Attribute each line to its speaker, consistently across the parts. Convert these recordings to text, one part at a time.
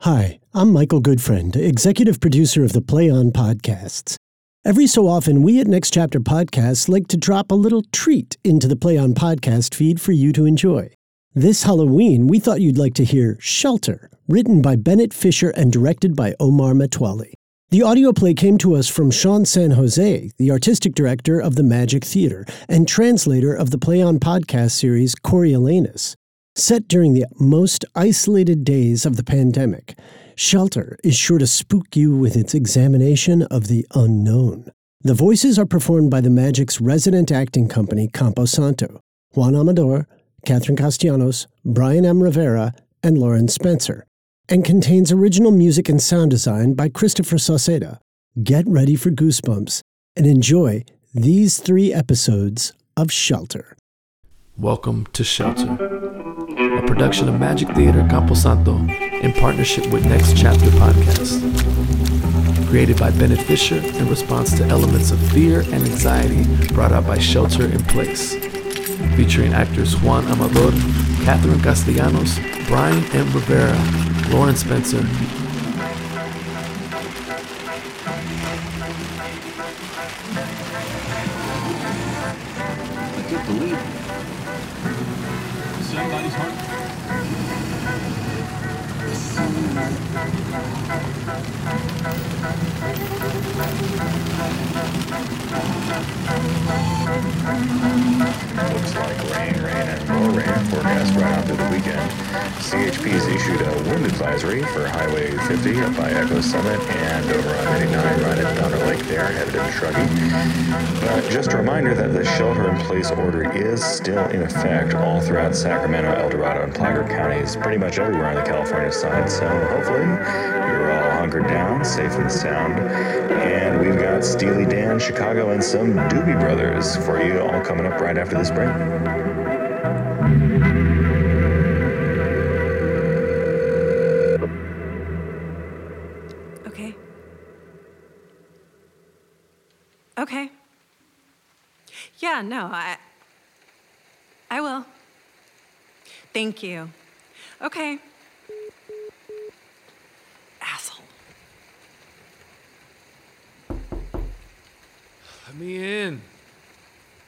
Speaker 1: Hi, I'm Michael Goodfriend, executive producer of the Play On podcasts. Every so often, we at Next Chapter Podcasts like to drop a little treat into the Play On podcast feed for you to enjoy. This Halloween, we thought you'd like to hear Shelter, written by Bennett Fisher and directed by Omar Metwali. The audio play came to us from Sean San Jose, the artistic director of the Magic Theater and translator of the Play On podcast series Coriolanus. Set during the most isolated days of the pandemic, Shelter is sure to spook you with its examination of the unknown. The voices are performed by the Magic's resident acting company, Campo Santo, Juan Amador, Catherine Castellanos, Brian M. Rivera, and Lauren Spencer, and contains original music and sound design by Christopher Sauceda. Get ready for goosebumps and enjoy these three episodes of Shelter.
Speaker 2: Welcome to Shelter, a production of Magic Theater Camposanto in partnership with Next Chapter Podcast. Created by Bennett Fisher in response to elements of fear and anxiety brought out by Shelter in Place. Featuring actors Juan Amador, Catherine Castellanos, Brian M. Rivera, Lauren Spencer,
Speaker 3: I can't believe it. Somebody's heart.
Speaker 4: Looks like rain, rain, and more rain forecast right out through the weekend. CHP's issued a wind advisory for Highway 50 up by Echo Summit and over on 89 right at Thunder Lake there, headed into Truckee. But just a reminder that the shelter-in-place order is still in effect all throughout Sacramento, El Dorado, and Flagler counties, pretty much everywhere on the California side. So hopefully you're all hunkered down, safe and sound. And we've got Steely Dan, Chicago, and some Doobie Brothers for you all coming up right after this break.
Speaker 5: Okay. Okay. Yeah, no, I I will. Thank you. Okay. Asshole.
Speaker 2: Let me in.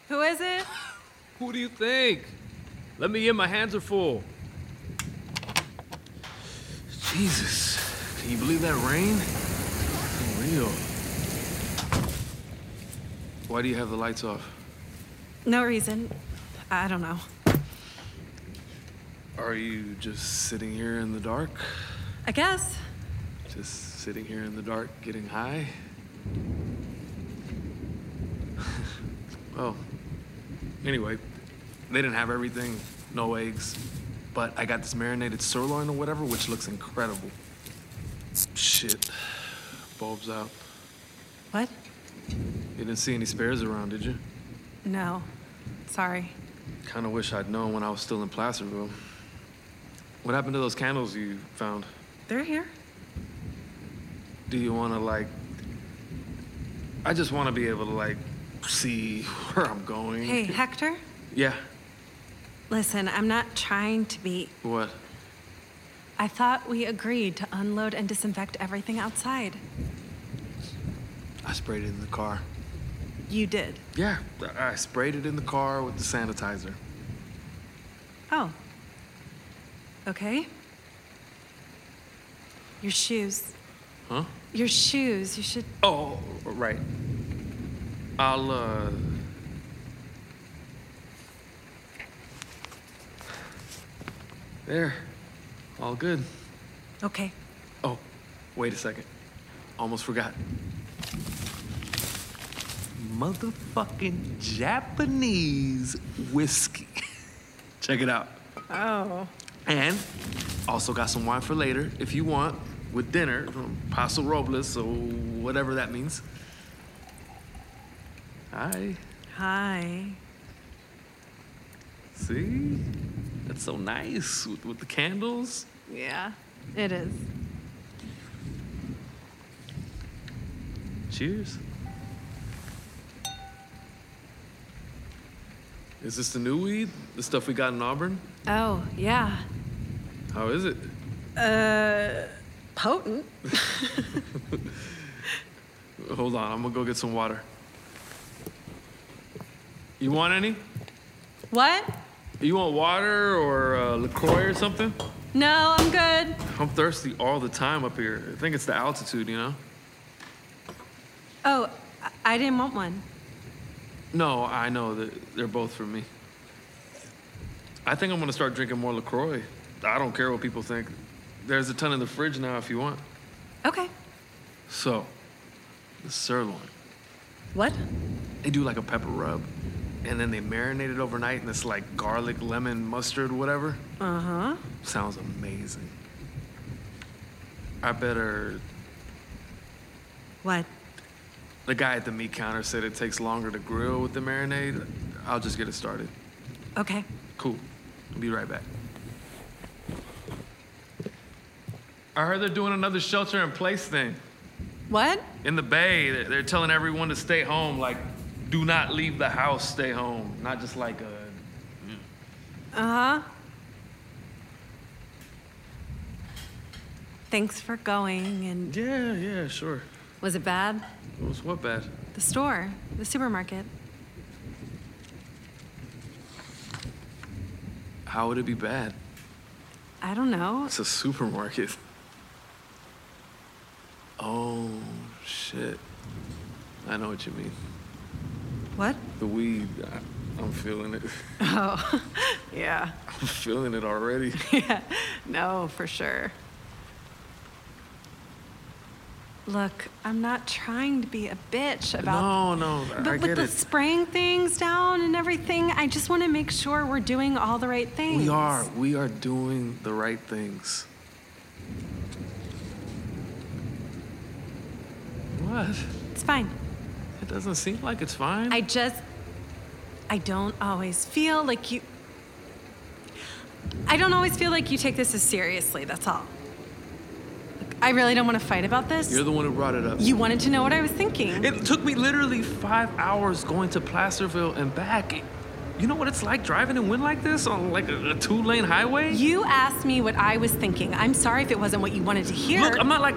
Speaker 5: Who is it?
Speaker 2: Who do you think? Let me in, my hands are full. Jesus. Can you believe that rain? For real. Why do you have the lights off?
Speaker 5: No reason. I don't know.
Speaker 2: Are you just sitting here in the dark?
Speaker 5: I guess.
Speaker 2: Just sitting here in the dark getting high? well, anyway, they didn't have everything, no eggs, but I got this marinated sirloin or whatever, which looks incredible. Shit. Bulbs out.
Speaker 5: What?
Speaker 2: You didn't see any spares around, did you?
Speaker 5: No. Sorry.
Speaker 2: Kinda wish I'd known when I was still in Placerville. What happened to those candles you found?
Speaker 5: They're here.
Speaker 2: Do you wanna like I just wanna be able to like see where I'm going.
Speaker 5: Hey, Hector.
Speaker 2: Yeah.
Speaker 5: Listen, I'm not trying to be.
Speaker 2: What?
Speaker 5: I thought we agreed to unload and disinfect everything outside.
Speaker 2: I sprayed it in the car.
Speaker 5: You did.
Speaker 2: Yeah, I I sprayed it in the car with the sanitizer.
Speaker 6: Oh. Okay. Your shoes.
Speaker 7: Huh?
Speaker 6: Your shoes. You should.
Speaker 7: Oh, right. I'll, uh. There. All good.
Speaker 6: Okay.
Speaker 7: Oh, wait a second. Almost forgot. Motherfucking Japanese whiskey. Check it out.
Speaker 6: Oh.
Speaker 7: And also got some wine for later if you want with dinner from Paso Robles or whatever that means. Hi.
Speaker 6: Hi.
Speaker 7: See? That's so nice with, with the candles.
Speaker 6: Yeah, it is.
Speaker 7: Cheers. Is this the new weed? The stuff we got in Auburn?
Speaker 6: Oh, yeah. Uh,
Speaker 7: How is it?
Speaker 6: Potent.
Speaker 7: Hold on, I'm gonna go get some water. You want any?
Speaker 6: What?
Speaker 7: You want water or uh, LaCroix or something?
Speaker 6: No, I'm good.
Speaker 7: I'm thirsty all the time up here. I think it's the altitude, you know?
Speaker 6: Oh, I- I didn't want one.
Speaker 7: No, I know that they're both for me. I think I'm gonna start drinking more LaCroix. I don't care what people think. There's a ton in the fridge now if you want.
Speaker 6: Okay.
Speaker 7: So, the sirloin.
Speaker 6: What?
Speaker 7: They do like a pepper rub, and then they marinate it overnight in this like garlic, lemon, mustard, whatever.
Speaker 6: Uh huh.
Speaker 7: Sounds amazing. I better.
Speaker 6: What?
Speaker 7: The guy at the meat counter said it takes longer to grill with the marinade. I'll just get it started.
Speaker 6: Okay.
Speaker 7: Cool. I'll be right back. I heard they're doing another shelter in place thing.
Speaker 6: What?
Speaker 7: In the Bay, they're, they're telling everyone to stay home. Like, do not leave the house, stay home. Not just like a.
Speaker 6: Uh huh. Thanks for going. And
Speaker 7: Yeah, yeah, sure.
Speaker 6: was it bad?
Speaker 7: It was what bad?
Speaker 6: The store, the supermarket.
Speaker 7: How would it be bad?
Speaker 6: I don't know.
Speaker 7: It's a supermarket. Oh, shit. I know what you mean.
Speaker 6: What?
Speaker 7: The weed, I, I'm feeling it.
Speaker 6: Oh, yeah.
Speaker 7: I'm feeling it already.
Speaker 6: Yeah. No, for sure. Look, I'm not trying to be a bitch about
Speaker 7: no, no, I-
Speaker 6: But
Speaker 7: I
Speaker 6: with
Speaker 7: get
Speaker 6: the
Speaker 7: it.
Speaker 6: spraying things down and everything, I just want to make sure we're doing all the right things.
Speaker 7: We are. We are doing the right things. What?
Speaker 6: It's fine.
Speaker 7: It doesn't seem like it's fine.
Speaker 6: I just. I don't always feel like you. I don't always feel like you take this as seriously, that's all. Look, I really don't want to fight about this.
Speaker 7: You're the one who brought it up.
Speaker 6: you wanted to know what I was thinking.
Speaker 7: It took me literally five hours going to Placerville and back. It- You know what it's like driving in wind like this on like a, a two-lane highway?
Speaker 6: you asked me what I was thinking. I'm sorry if it wasn't what you wanted to hear.
Speaker 7: Look, I'm not like.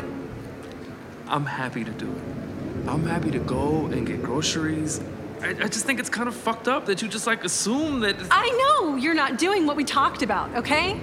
Speaker 7: I'm happy to do it. I'm happy to go and get groceries. I, I just think it's kind of fucked up that you just like assume that.
Speaker 6: I know you're not doing what we talked about, okay?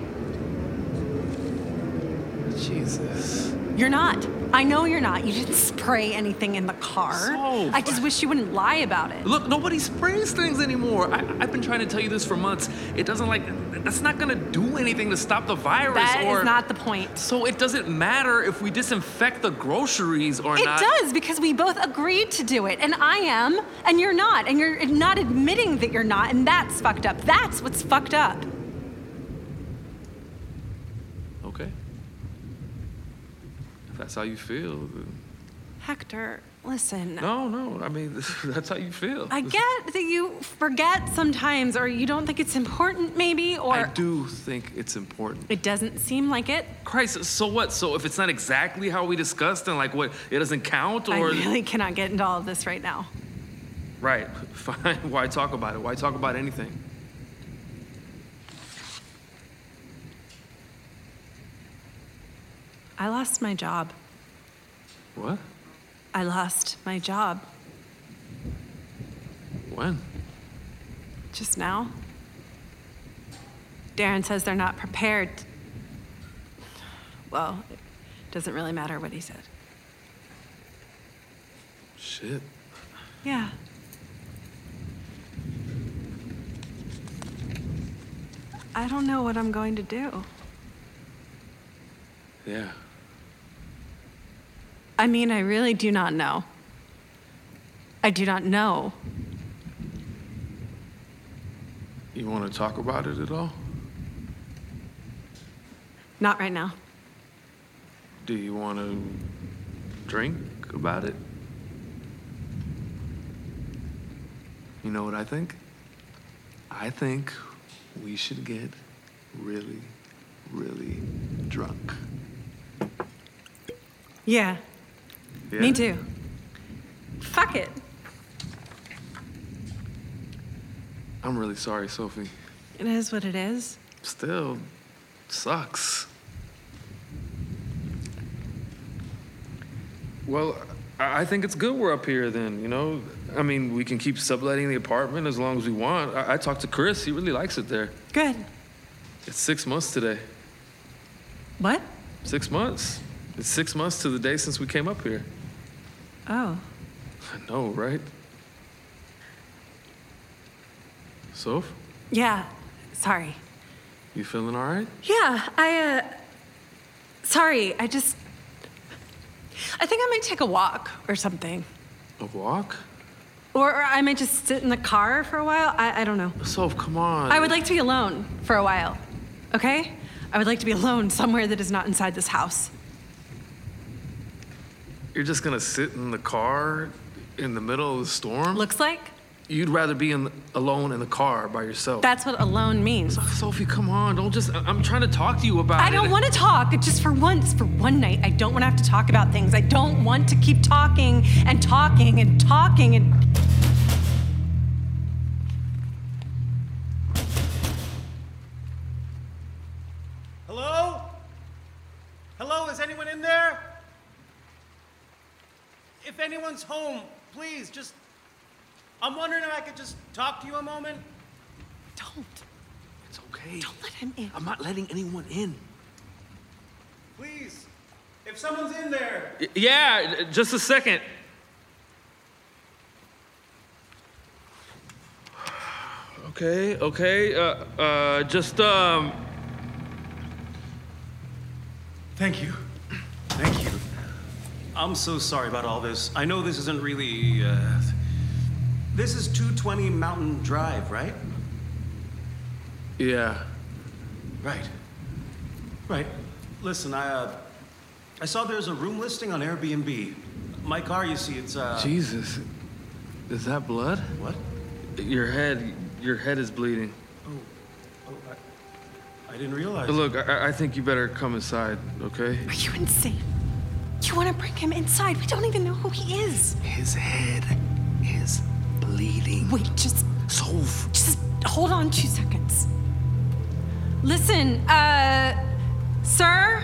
Speaker 7: Jesus.
Speaker 6: You're not. I know you're not. You didn't spray anything in the car.
Speaker 7: So-
Speaker 6: I just wish you wouldn't lie about it.
Speaker 7: Look, nobody sprays things anymore. I, I've been trying to tell you this for months. It doesn't like. That's not gonna do anything to stop the virus
Speaker 6: That is
Speaker 7: or.
Speaker 6: not the point.
Speaker 7: So it doesn't matter if we disinfect the groceries or
Speaker 6: It
Speaker 7: not.
Speaker 6: does because we both agreed to do it, and I am, and you're not, and you're not admitting that you're not, and that's fucked up. That's what's fucked up.
Speaker 7: Okay. If that's how you feel. Then...
Speaker 6: Hector, listen.
Speaker 7: No, no. I mean, that's how you feel.
Speaker 6: I get that you forget sometimes, or you don't think it's important, maybe, or
Speaker 7: I do think it's important.
Speaker 6: it doesn't seem like it.
Speaker 7: Christ, so what? So if it's not exactly how we discussed, then like what? It doesn't count,
Speaker 6: I
Speaker 7: or
Speaker 6: really cannot get into all of this right now.
Speaker 7: right? Fine. Why talk about it? Why talk about anything?
Speaker 6: I lost my job.
Speaker 7: What?
Speaker 6: I lost my job
Speaker 7: When?
Speaker 6: just now. Darren says they're not prepared. Well, it doesn't really matter what he said.
Speaker 7: Shit.
Speaker 6: Yeah. I don't know what I'm going to do.
Speaker 7: Yeah.
Speaker 6: I mean, I really do not know. I do not know.
Speaker 7: You want to talk about it at all?
Speaker 6: Not right now.
Speaker 7: Do you want to drink about it? You know what I think? I think we should get really, really drunk.
Speaker 6: Yeah,
Speaker 7: Yeah?
Speaker 6: me too. Fuck it.
Speaker 7: I'm really sorry, Sophie.
Speaker 6: It is what it is.
Speaker 7: Still, sucks. Well, I I think it's good we're up here then, you know? I mean, we can keep subletting the apartment as long as we want. I, I talked to Chris, he really likes it there.
Speaker 6: Good.
Speaker 7: It's six months today.
Speaker 6: What?
Speaker 7: Six months? It's six months to the day since we came up here.
Speaker 6: Oh,
Speaker 7: I know, right? Soph,
Speaker 6: yeah. Sorry.
Speaker 7: you feeling all right?
Speaker 6: Yeah, I, uh. Sorry, I just. I think I might take a walk or something.
Speaker 7: A walk?
Speaker 6: Or, or I might just sit in the car for a while. I, I don't know.
Speaker 7: Soph, come on.
Speaker 6: I would like to be alone for a while, okay? I would like to be alone somewhere that is not inside this house.
Speaker 7: You're just gonna sit in the car in the middle of the storm?
Speaker 6: Looks like
Speaker 7: You'd rather be in alone in the car by yourself.
Speaker 6: that's what alone means.
Speaker 7: Sophie, come on. Don't just. I- I'm trying to talk to you about
Speaker 6: I
Speaker 7: it.
Speaker 6: don't want to talk, just for once, for one night. I don't want to have to talk about things. I don't want to keep talking and talking and talking and.
Speaker 2: Hello? Hello, is anyone in there? If anyone's home, please just. I'm wondering if I could just talk to you a moment.
Speaker 6: Don't.
Speaker 7: It's okay.
Speaker 6: Don't let him in.
Speaker 7: I'm not letting anyone in.
Speaker 2: Please. If someone's in there.
Speaker 7: Yeah, just a second. Okay, okay. Uh, uh, just um.
Speaker 2: Thank you. Thank you. I'm so sorry about all this. I know this isn't really. Uh, this is 220 Mountain Drive, right?
Speaker 7: Yeah.
Speaker 2: Right. Right. Listen, I uh, I saw there's a room listing on Airbnb. My car, you see, it's uh.
Speaker 7: Jesus, is that blood?
Speaker 2: What?
Speaker 7: Your head, your head is bleeding.
Speaker 2: Oh, I, I didn't realize.
Speaker 7: Look, I, I think you better come inside, okay?
Speaker 6: Are you insane? You want to bring him inside? We don't even know who he is.
Speaker 7: His head is bleeding.
Speaker 6: Wait, just
Speaker 7: Soph.
Speaker 6: Just hold on two seconds. Listen, uh, sir,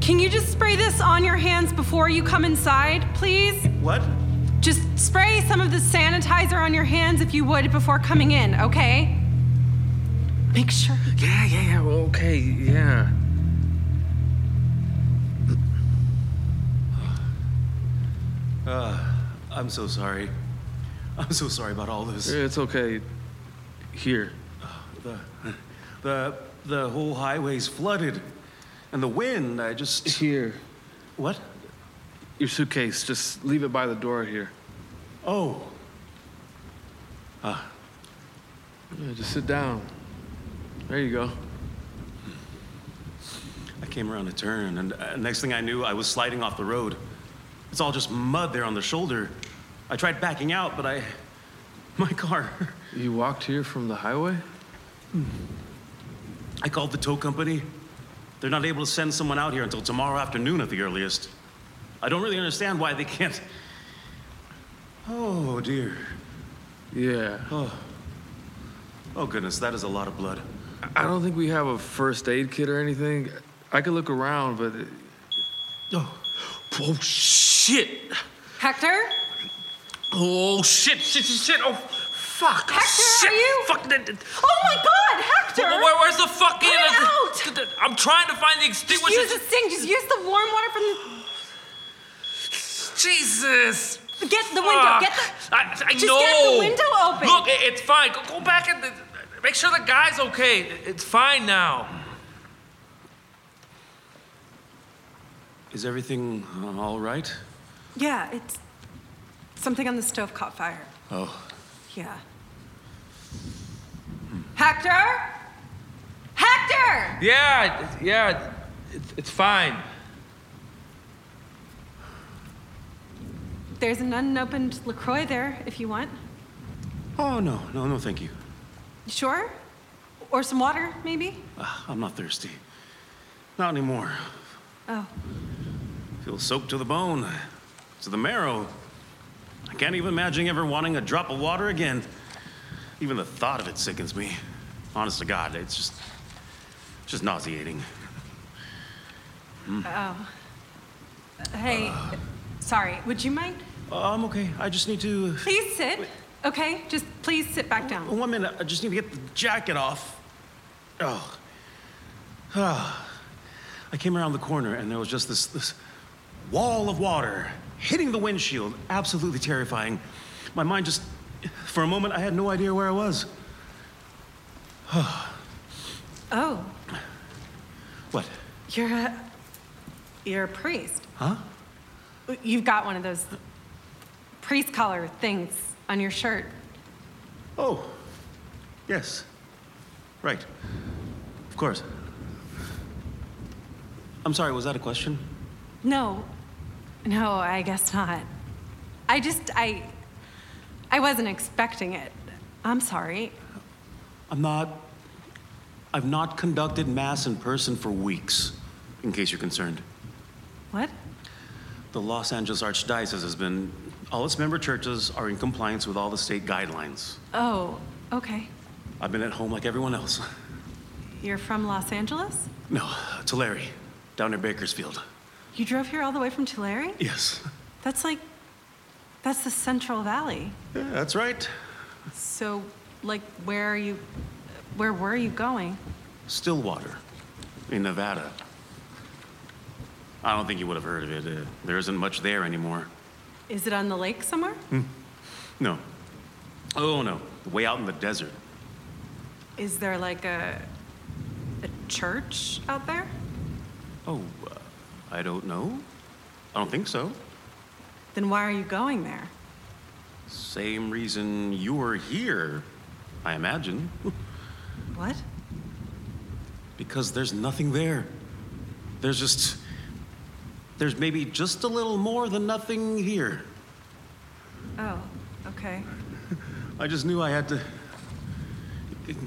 Speaker 6: can you just spray this on your hands before you come inside, please?
Speaker 2: What?
Speaker 6: Just spray some of the sanitizer on your hands if you would before coming in, okay? Make sure.
Speaker 7: Yeah, yeah, yeah. Well, okay, yeah.
Speaker 2: Ah, I'm so sorry. I'm so sorry about all this.
Speaker 7: It's okay. Here.
Speaker 2: The, the, the whole highway's flooded, and the wind. I just.
Speaker 7: Here.
Speaker 2: What?
Speaker 7: Your suitcase. Just leave it by the door here.
Speaker 2: Oh, Ah.
Speaker 7: Yeah, just sit down. There you go.
Speaker 2: I came around a turn, and uh, next thing I knew, I was sliding off the road. It's all just mud there on the shoulder. I tried backing out, but I. My car.
Speaker 7: You walked here from the highway?
Speaker 2: I called the tow company. They're not able to send someone out here until tomorrow afternoon at the earliest. I don't really understand why they can't. Oh, dear.
Speaker 7: Yeah.
Speaker 2: Oh, goodness, that is a lot of blood.
Speaker 7: I don't think we have a first aid kit or anything. I could look around, but. It...
Speaker 2: Oh,
Speaker 7: Oh, shit!
Speaker 6: Hector?
Speaker 7: Oh, shit, shit, shit, shit. Oh, fuck.
Speaker 6: Hector, are
Speaker 7: shit.
Speaker 6: you-
Speaker 7: Fuck. that- that-
Speaker 6: Oh my god, Hector!
Speaker 7: Where, where's the fuck
Speaker 8: I'm trying to find the
Speaker 6: Just
Speaker 8: extinguisher.
Speaker 6: use the sink. Just use the warm water from the.
Speaker 8: Jesus.
Speaker 6: Get the window.
Speaker 8: Fuck.
Speaker 6: Get the.
Speaker 8: Ah, I, I
Speaker 6: Just
Speaker 8: know.
Speaker 6: get the window open.
Speaker 8: Look, it- it's fine. Go, go back and make sure the guy's okay. It- It's fine now.
Speaker 2: Is everything uh, all right?
Speaker 6: Yeah, it's something on the stove caught fire.
Speaker 2: Oh,
Speaker 6: Yeah. Hector. Hector.
Speaker 8: Yeah, it- yeah. It's, it's fine.
Speaker 6: There's an unopened Lacroix there if you want.
Speaker 2: oh no, no, no, thank you.
Speaker 6: You Sure. Or some water maybe.
Speaker 2: Ah, I'm not thirsty. Not anymore.
Speaker 6: Oh.
Speaker 2: Feel soaked to the bone, to the marrow. I can't even imagine ever wanting a drop of water again. Even the thought of it sickens me. Honest to God, it's just, just nauseating.
Speaker 6: Hey. sorry. Would you mind?
Speaker 2: Uh, I'm okay. I just need to.
Speaker 6: Please sit. Okay. Just please sit back down.
Speaker 2: One minute. I just need to get the jacket off. Oh. Ah. I came around the corner and there was just this, this wall of water hitting the windshield. Absolutely terrifying. My mind just, for a moment, I had no idea where I was.
Speaker 6: Oh,
Speaker 2: What?
Speaker 6: you're a, you're a priest.
Speaker 2: Huh?
Speaker 6: You've got one of those priest collar things on your shirt.
Speaker 2: Oh. Yes. Right. Of course. I'm sorry, was that a question?
Speaker 6: No, no, I guess not. I just I I wasn't expecting it. I'm sorry.
Speaker 2: I'm not. I've not conducted mass in person for weeks, in case you're concerned.
Speaker 6: What?
Speaker 2: The Los Angeles Archdiocese has been. All its member churches are in compliance with all the state guidelines.
Speaker 6: Oh, okay.
Speaker 2: I've been at home like everyone else.
Speaker 6: You're from Los Angeles?
Speaker 2: No, Tulare, down near Bakersfield.
Speaker 6: You drove here all the way from Tulare?
Speaker 2: Yes.
Speaker 6: That's like that's the Central Valley.
Speaker 2: Yeah, that's right.
Speaker 6: So like where are you where were you going?
Speaker 2: Stillwater, in Nevada. I don't think you would have heard of it. Uh, there isn't much there anymore.
Speaker 6: Is it on the lake somewhere?
Speaker 2: No. Oh, no. Way out in the desert.
Speaker 6: Is there like a a church out there?
Speaker 2: Oh, uh, I don't know. I don't think so.
Speaker 6: Then why are you going there?
Speaker 2: Same reason you were here, I imagine.
Speaker 6: What?
Speaker 2: Because there's nothing there. There's just. There's maybe just a little more than nothing here.
Speaker 6: Oh, okay.
Speaker 2: I just knew I had to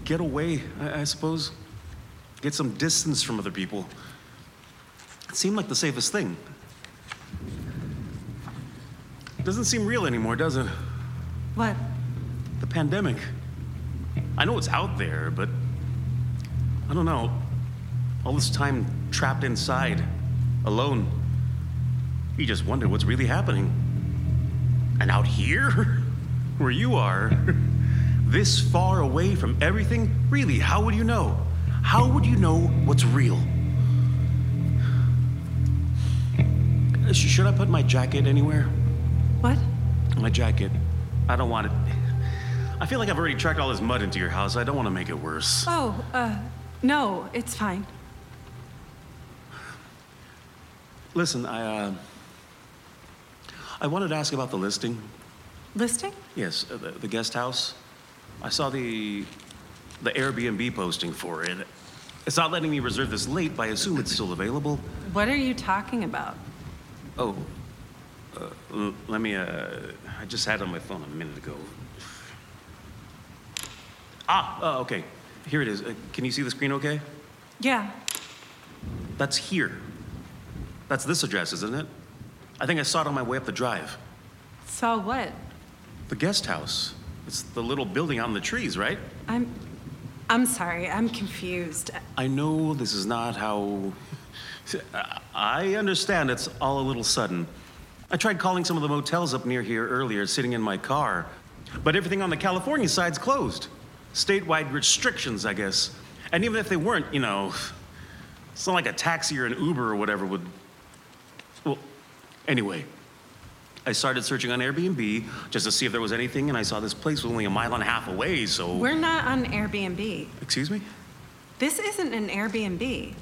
Speaker 2: get away, I, I suppose. Get some distance from other people. It seemed like the safest thing. Doesn't seem real anymore, does it?
Speaker 6: What?
Speaker 2: The pandemic. I know it's out there, but I don't know. All this time trapped inside, alone. You just wonder what's really happening. And out here, where you are, this far away from everything, really, how would you know? How would you know what's real? Sh- Should I put my jacket anywhere?
Speaker 6: What?
Speaker 2: My jacket. I don't want it. I feel like I've already tracked all this mud into your house. I don't want to make it worse.
Speaker 6: Oh, uh, no, it's fine.
Speaker 2: Listen, I, uh, I wanted to ask about the listing.
Speaker 6: Listing?
Speaker 2: Yes, uh, the, the guest house. I saw the, the Airbnb posting for it. It's not letting me reserve this late, but I assume it's still available.
Speaker 6: What are you talking about?
Speaker 2: Oh, uh, l- let me, uh, I just had it on my phone a minute ago. Ah, uh, okay. Here it is. Uh, can you see the screen okay?
Speaker 6: Yeah.
Speaker 2: That's here. That's this address, isn't it? I think I saw it on my way up the drive.
Speaker 6: Saw what?
Speaker 2: The guest house. It's the little building out in the trees, right?
Speaker 6: I'm. I'm sorry, I'm confused.
Speaker 2: I know this is not how. I- I understand it's all a little sudden. I tried calling some of the motels up near here earlier, sitting in my car, but everything on the California side's closed. Statewide restrictions, I guess. And even if they weren't, you know, It's not like a taxi or an Uber or whatever would. Well, anyway, I started searching on Airbnb just to see if there was anything, and I saw this place was only a mile and a half away, so.
Speaker 6: We're not on Airbnb.
Speaker 2: Excuse me?
Speaker 6: This isn't an Airbnb.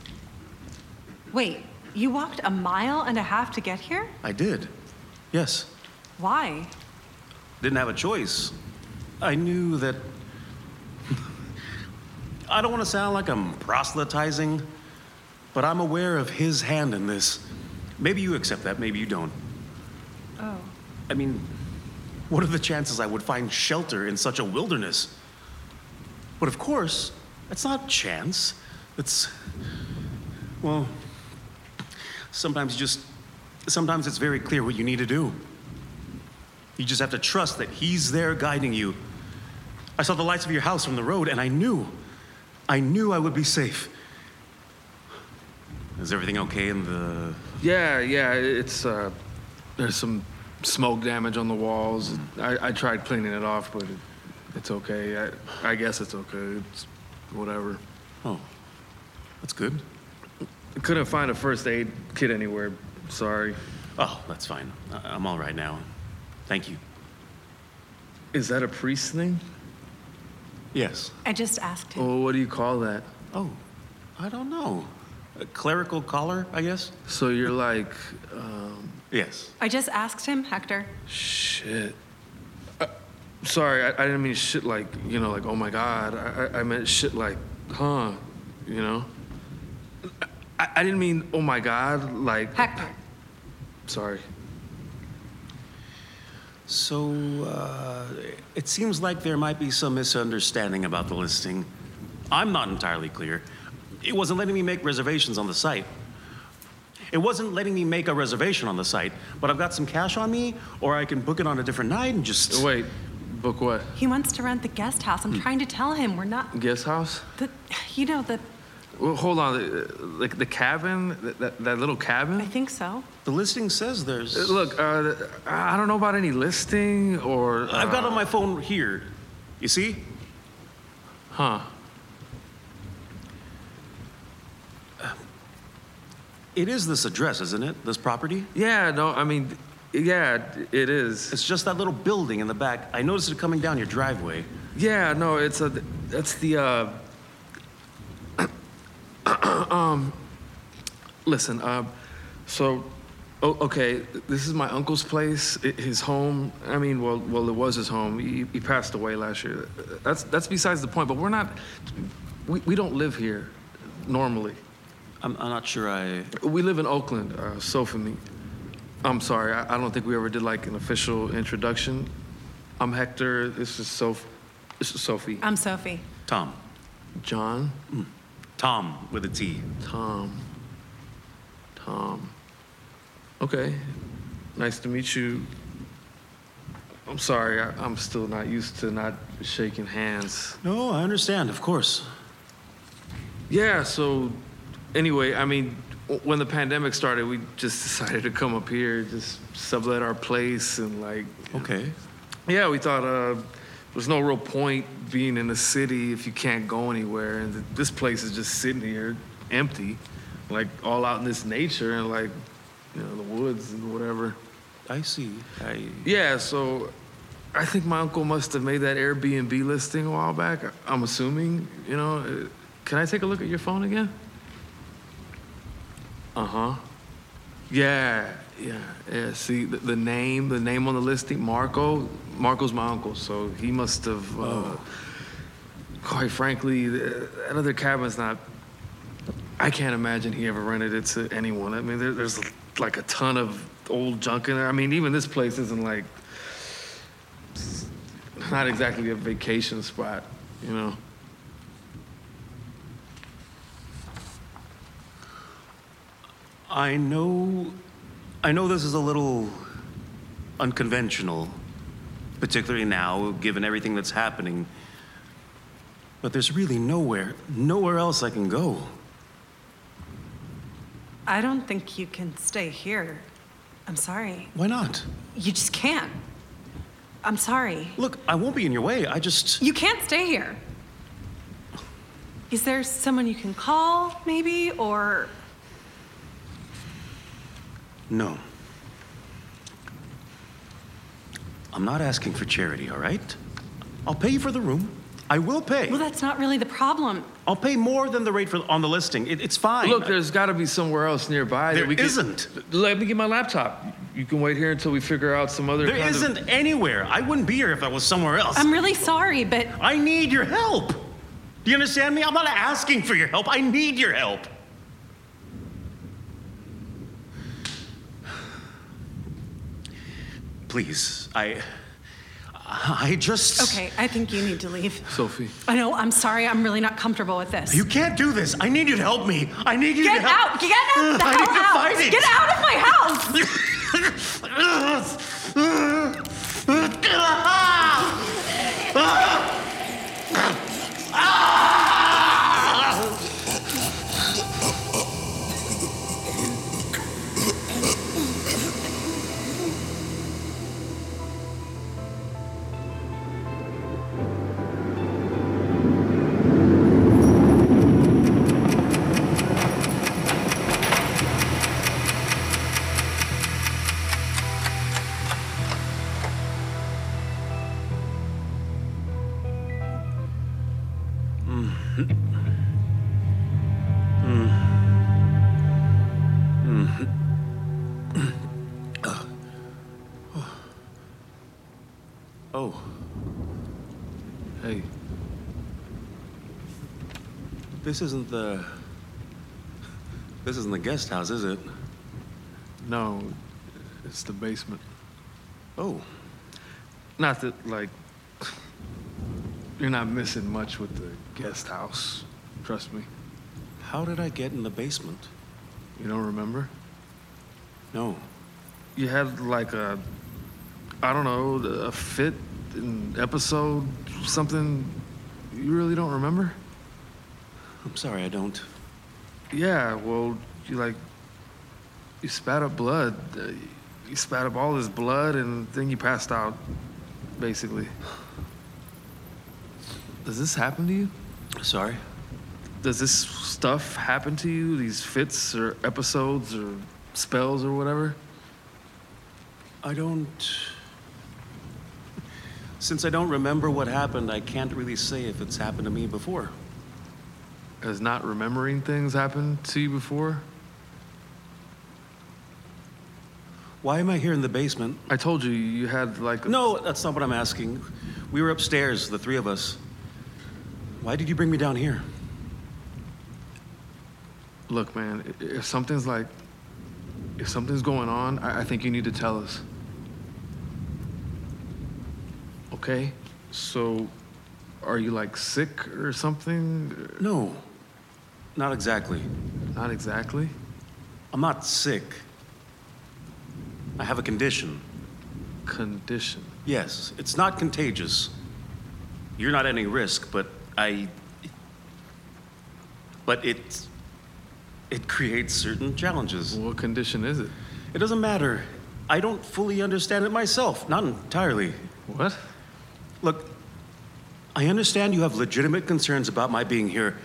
Speaker 6: Wait, you walked a mile and a half to get here?
Speaker 2: I did. Yes.
Speaker 6: Why?
Speaker 2: Didn't have a choice. I knew that. I don't want to sound like I'm proselytizing, but I'm aware of his hand in this. Maybe you accept that, maybe you don't.
Speaker 6: Oh.
Speaker 2: I mean, what are the chances I would find shelter in such a wilderness? But of course, that's not chance. It's. Well, sometimes you just. Sometimes it's very clear what you need to do. You just have to trust that He's there guiding you. I saw the lights of your house from the road, and I knew. I knew I would be safe. Is everything okay in the.
Speaker 7: Yeah, yeah, it's uh, there's some smoke damage on the walls. I, I tried cleaning it off, but it, it's okay. I, I guess it's okay. It's whatever.
Speaker 2: Oh, that's good.
Speaker 7: Couldn't find a first aid kit anywhere. Sorry.
Speaker 2: Oh, that's fine. I- I'm all right now. Thank you.
Speaker 7: Is that a priest thing?
Speaker 2: Yes.
Speaker 6: I just asked him.
Speaker 7: Or what do you call that?
Speaker 2: Oh, I don't know. A clerical collar, I guess?
Speaker 7: So you're like, um,
Speaker 2: Yes.
Speaker 6: I just asked him, Hector.
Speaker 7: shit. Uh, sorry, I, I didn't mean shit like, you know, like, oh my God. I, I- I meant shit like, huh, you know? I, I didn't mean, oh my God, like,
Speaker 6: Hector.
Speaker 7: sorry.
Speaker 2: So, uh, it seems like there might be some misunderstanding about the listing. I'm not entirely clear. It wasn't letting me make reservations on the site. It wasn't letting me make a reservation on the site, but I've got some cash on me, or I can book it on a different night and just.
Speaker 7: Wait, book what?
Speaker 6: He wants to rent the guest house.
Speaker 2: Hmm.
Speaker 6: I'm trying to tell him we're not.
Speaker 7: Guest house?
Speaker 6: The, you know, the.
Speaker 7: Well, hold on. uh, Like the cabin, that, that, that little cabin?
Speaker 6: I think so.
Speaker 2: The listing says there's.
Speaker 7: Uh, Look, uh, I don't know about any listing or. Uh,
Speaker 2: I've got it on my phone here. You see?
Speaker 7: Huh.
Speaker 2: It is this address, isn't it? This property?
Speaker 7: Yeah, no, I mean, yeah, it is.
Speaker 2: It's just that little building in the back. I noticed it coming down your driveway.
Speaker 7: Yeah, no, it's a. That's the. Uh, um, listen, uh, so, oh, okay, this is my uncle's place, i- his home. I mean, well, well, it was his home. He, he passed away last year. That's that's besides the point. But we're not. We, we don't live here, normally.
Speaker 2: I'm, I'm not sure I.
Speaker 7: We live in Oakland, uh, SofaMe. I'm sorry, I, I don't think we ever did like an official introduction. I'm Hector. This is Soph. This is Sophie.
Speaker 6: I'm Sophie.
Speaker 2: Tom.
Speaker 7: John.
Speaker 2: Tom with a T.
Speaker 7: Tom. Tom. Okay. Nice to meet you. I'm sorry, I, I'm still not used to not shaking hands.
Speaker 2: No, I understand, of course.
Speaker 7: Yeah, so anyway, I mean, w- when the pandemic started, we just decided to come up here, just sublet our place and like.
Speaker 2: Okay.
Speaker 7: Yeah, we thought uh, there's no real point being in the city if you can't go anywhere, and th- this place is just sitting here empty, like all out in this nature and like you know the woods and whatever.
Speaker 2: I see. I.
Speaker 7: Yeah, so I think my uncle must have made that Airbnb listing a while back. I- I'm assuming, you know. uh, Can I take a look at your phone again? Uh huh. Yeah, yeah, yeah. See the, the name, the name on the listing, Marco. Marco's my uncle, so he must have. Uh, Quite frankly, th- that other cabin's not. I can't imagine he ever rented it to anyone. I mean, there, there's like a ton of old junk in there. I mean, even this place isn't like. Not exactly a vacation spot, you know.
Speaker 2: I know. I know this is a little unconventional, particularly now, given everything that's happening. But there's really nowhere, nowhere else I can go.
Speaker 6: I don't think you can stay here. I'm sorry.
Speaker 2: Why not?
Speaker 6: You just can't. I'm sorry.
Speaker 2: Look, I won't be in your way. I just.
Speaker 6: You can't stay here. Is there someone you can call, maybe? Or
Speaker 2: No. I'm not asking for charity, all right? I'll pay you for the room. I will pay.
Speaker 6: well, that's not really the problem.
Speaker 2: I'll pay more than the rate for on the listing. It, it's fine.
Speaker 7: Look, there's got to be somewhere else nearby.
Speaker 2: There
Speaker 7: that we could-
Speaker 2: isn't.
Speaker 7: let me get my laptop. You can wait here until we figure out some other.
Speaker 2: There
Speaker 7: kind of-
Speaker 2: isn't anywhere. I wouldn't be here if I was somewhere else.
Speaker 6: I'm really sorry, but
Speaker 2: I need your help. Do you understand me? I'm not asking for your help. I need your help. Please, I. I just.
Speaker 6: okay, I think you need to leave.
Speaker 7: Sophie.
Speaker 6: I know, I'm sorry, I'm really not comfortable with this.
Speaker 2: You can't do this. I need you to help me. I need you
Speaker 6: Get
Speaker 2: to help.
Speaker 6: out! Get out of the
Speaker 2: I
Speaker 6: hell
Speaker 2: need to
Speaker 6: house!
Speaker 2: find it.
Speaker 6: Get out of my house!
Speaker 2: Ah! Oh,
Speaker 7: Hey,
Speaker 2: this isn't the. This isn't the guest house, is it?
Speaker 7: no, it's the basement.
Speaker 2: Oh,
Speaker 7: Not that like you're not missing much with the guest house. Trust me.
Speaker 2: how did I get in the basement?
Speaker 7: You don't remember?
Speaker 2: No.
Speaker 7: You had like a, I don't know, a fit, an episode, something. You really don't remember?
Speaker 2: I'm sorry, I don't.
Speaker 7: Yeah, well, you like, you spat up blood. Uh, You spat up all this blood, and then you passed out, basically. Does this happen to you?
Speaker 2: Sorry?
Speaker 7: Does this stuff happen to you? These fits or episodes or spells or whatever?
Speaker 2: I don't. Since I don't remember what happened, I can't really say if it's happened to me before.
Speaker 7: Has not remembering things happened to you before?
Speaker 2: Why am I here in the basement?
Speaker 7: I told you you had like a,
Speaker 2: No, that's not what I'm asking. We were upstairs, the three of us. Why did you bring me down here?
Speaker 7: Look, man, i- if something's like, if something's going on, I, I think you need to tell us. Okay? So, are you like sick or something?
Speaker 2: No, not exactly.
Speaker 7: Not exactly.
Speaker 2: I'm not sick. I have a condition.
Speaker 7: Condition.
Speaker 2: Yes, it's not contagious. You're not at any risk, but I. But it. It creates certain challenges.
Speaker 7: What condition is it?
Speaker 2: It doesn't matter. I don't fully understand it myself, not entirely.
Speaker 7: What?
Speaker 2: Look, I understand you have legitimate concerns about my being here,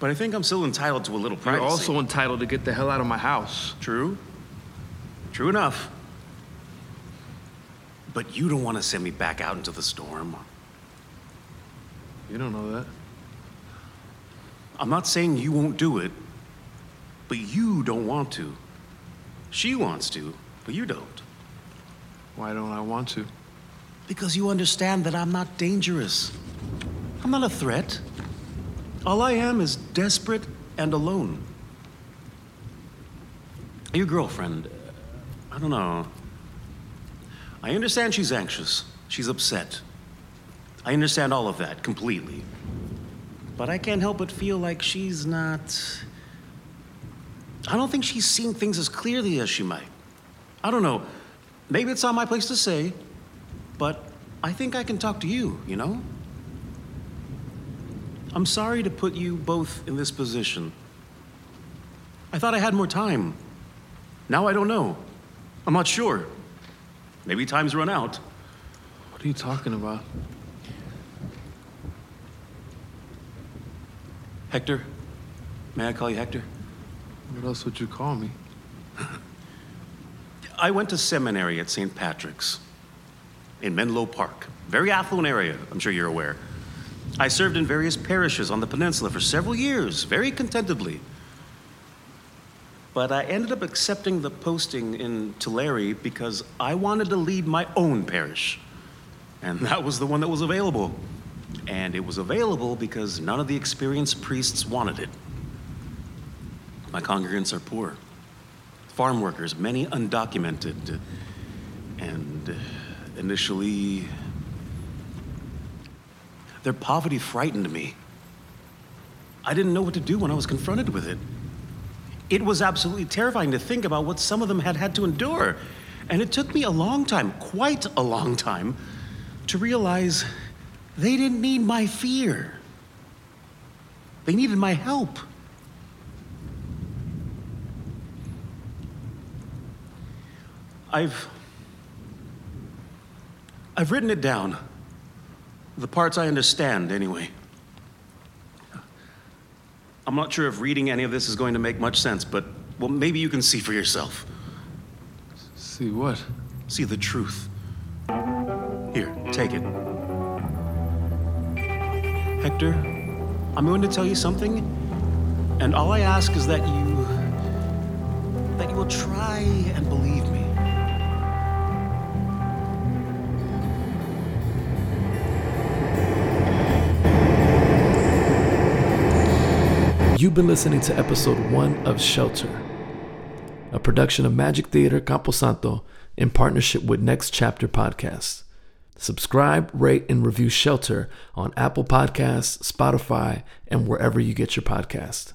Speaker 2: but I think I'm still entitled to a little privacy.
Speaker 7: You're also entitled to get the hell out of my house.
Speaker 2: True. True enough. But you don't want to send me back out into the storm.
Speaker 7: You don't know that.
Speaker 2: I'm not saying you won't do it, but you don't want to. She wants to, but you don't.
Speaker 7: Why don't I want to?
Speaker 2: Because you understand that I'm not dangerous. I'm not a threat. All I am is desperate and alone. Your girlfriend, uh, I don't know. I understand she's anxious. She's upset. I understand all of that completely. But I can't help but feel like she's not. I don't think she's seeing things as clearly as she might. I don't know. Maybe it's not my place to say, but I think I can talk to you, you know? I'm sorry to put you both in this position. I thought I had more time. Now I don't know. I'm not sure. Maybe time's run out.
Speaker 7: What are you talking about? Hector? May I call you Hector?
Speaker 9: What else would you call me?
Speaker 7: I went to seminary at St. Patrick's in Menlo Park, very affluent area, I'm sure you're aware. I served in various parishes on the peninsula for several years, very contentedly. But I ended up accepting the posting in Tulare because I wanted to lead my own parish. And that was the one that was available. And it was available because none of the experienced priests wanted it. My congregants are poor farm workers, many undocumented, and initially their poverty frightened me. I didn't know what to do when I was confronted with it. It was absolutely terrifying to think about what some of them had had to endure. And it took me a long time, quite a long time, to realize they didn't need my fear. They needed my help. I've. I've written it down. The parts I understand, anyway. I'm not sure if reading any of this is going to make much sense, but, well, maybe you can see for yourself.
Speaker 9: See what?
Speaker 7: See the truth. Here, take it. Hector, I'm going to tell you something, and all I ask is that you. that you will try and believe me.
Speaker 2: You've been listening to episode one of Shelter, a production of Magic Theater Camposanto in partnership with Next Chapter Podcast. Subscribe, rate, and review Shelter on Apple Podcasts, Spotify, and wherever you get your podcast.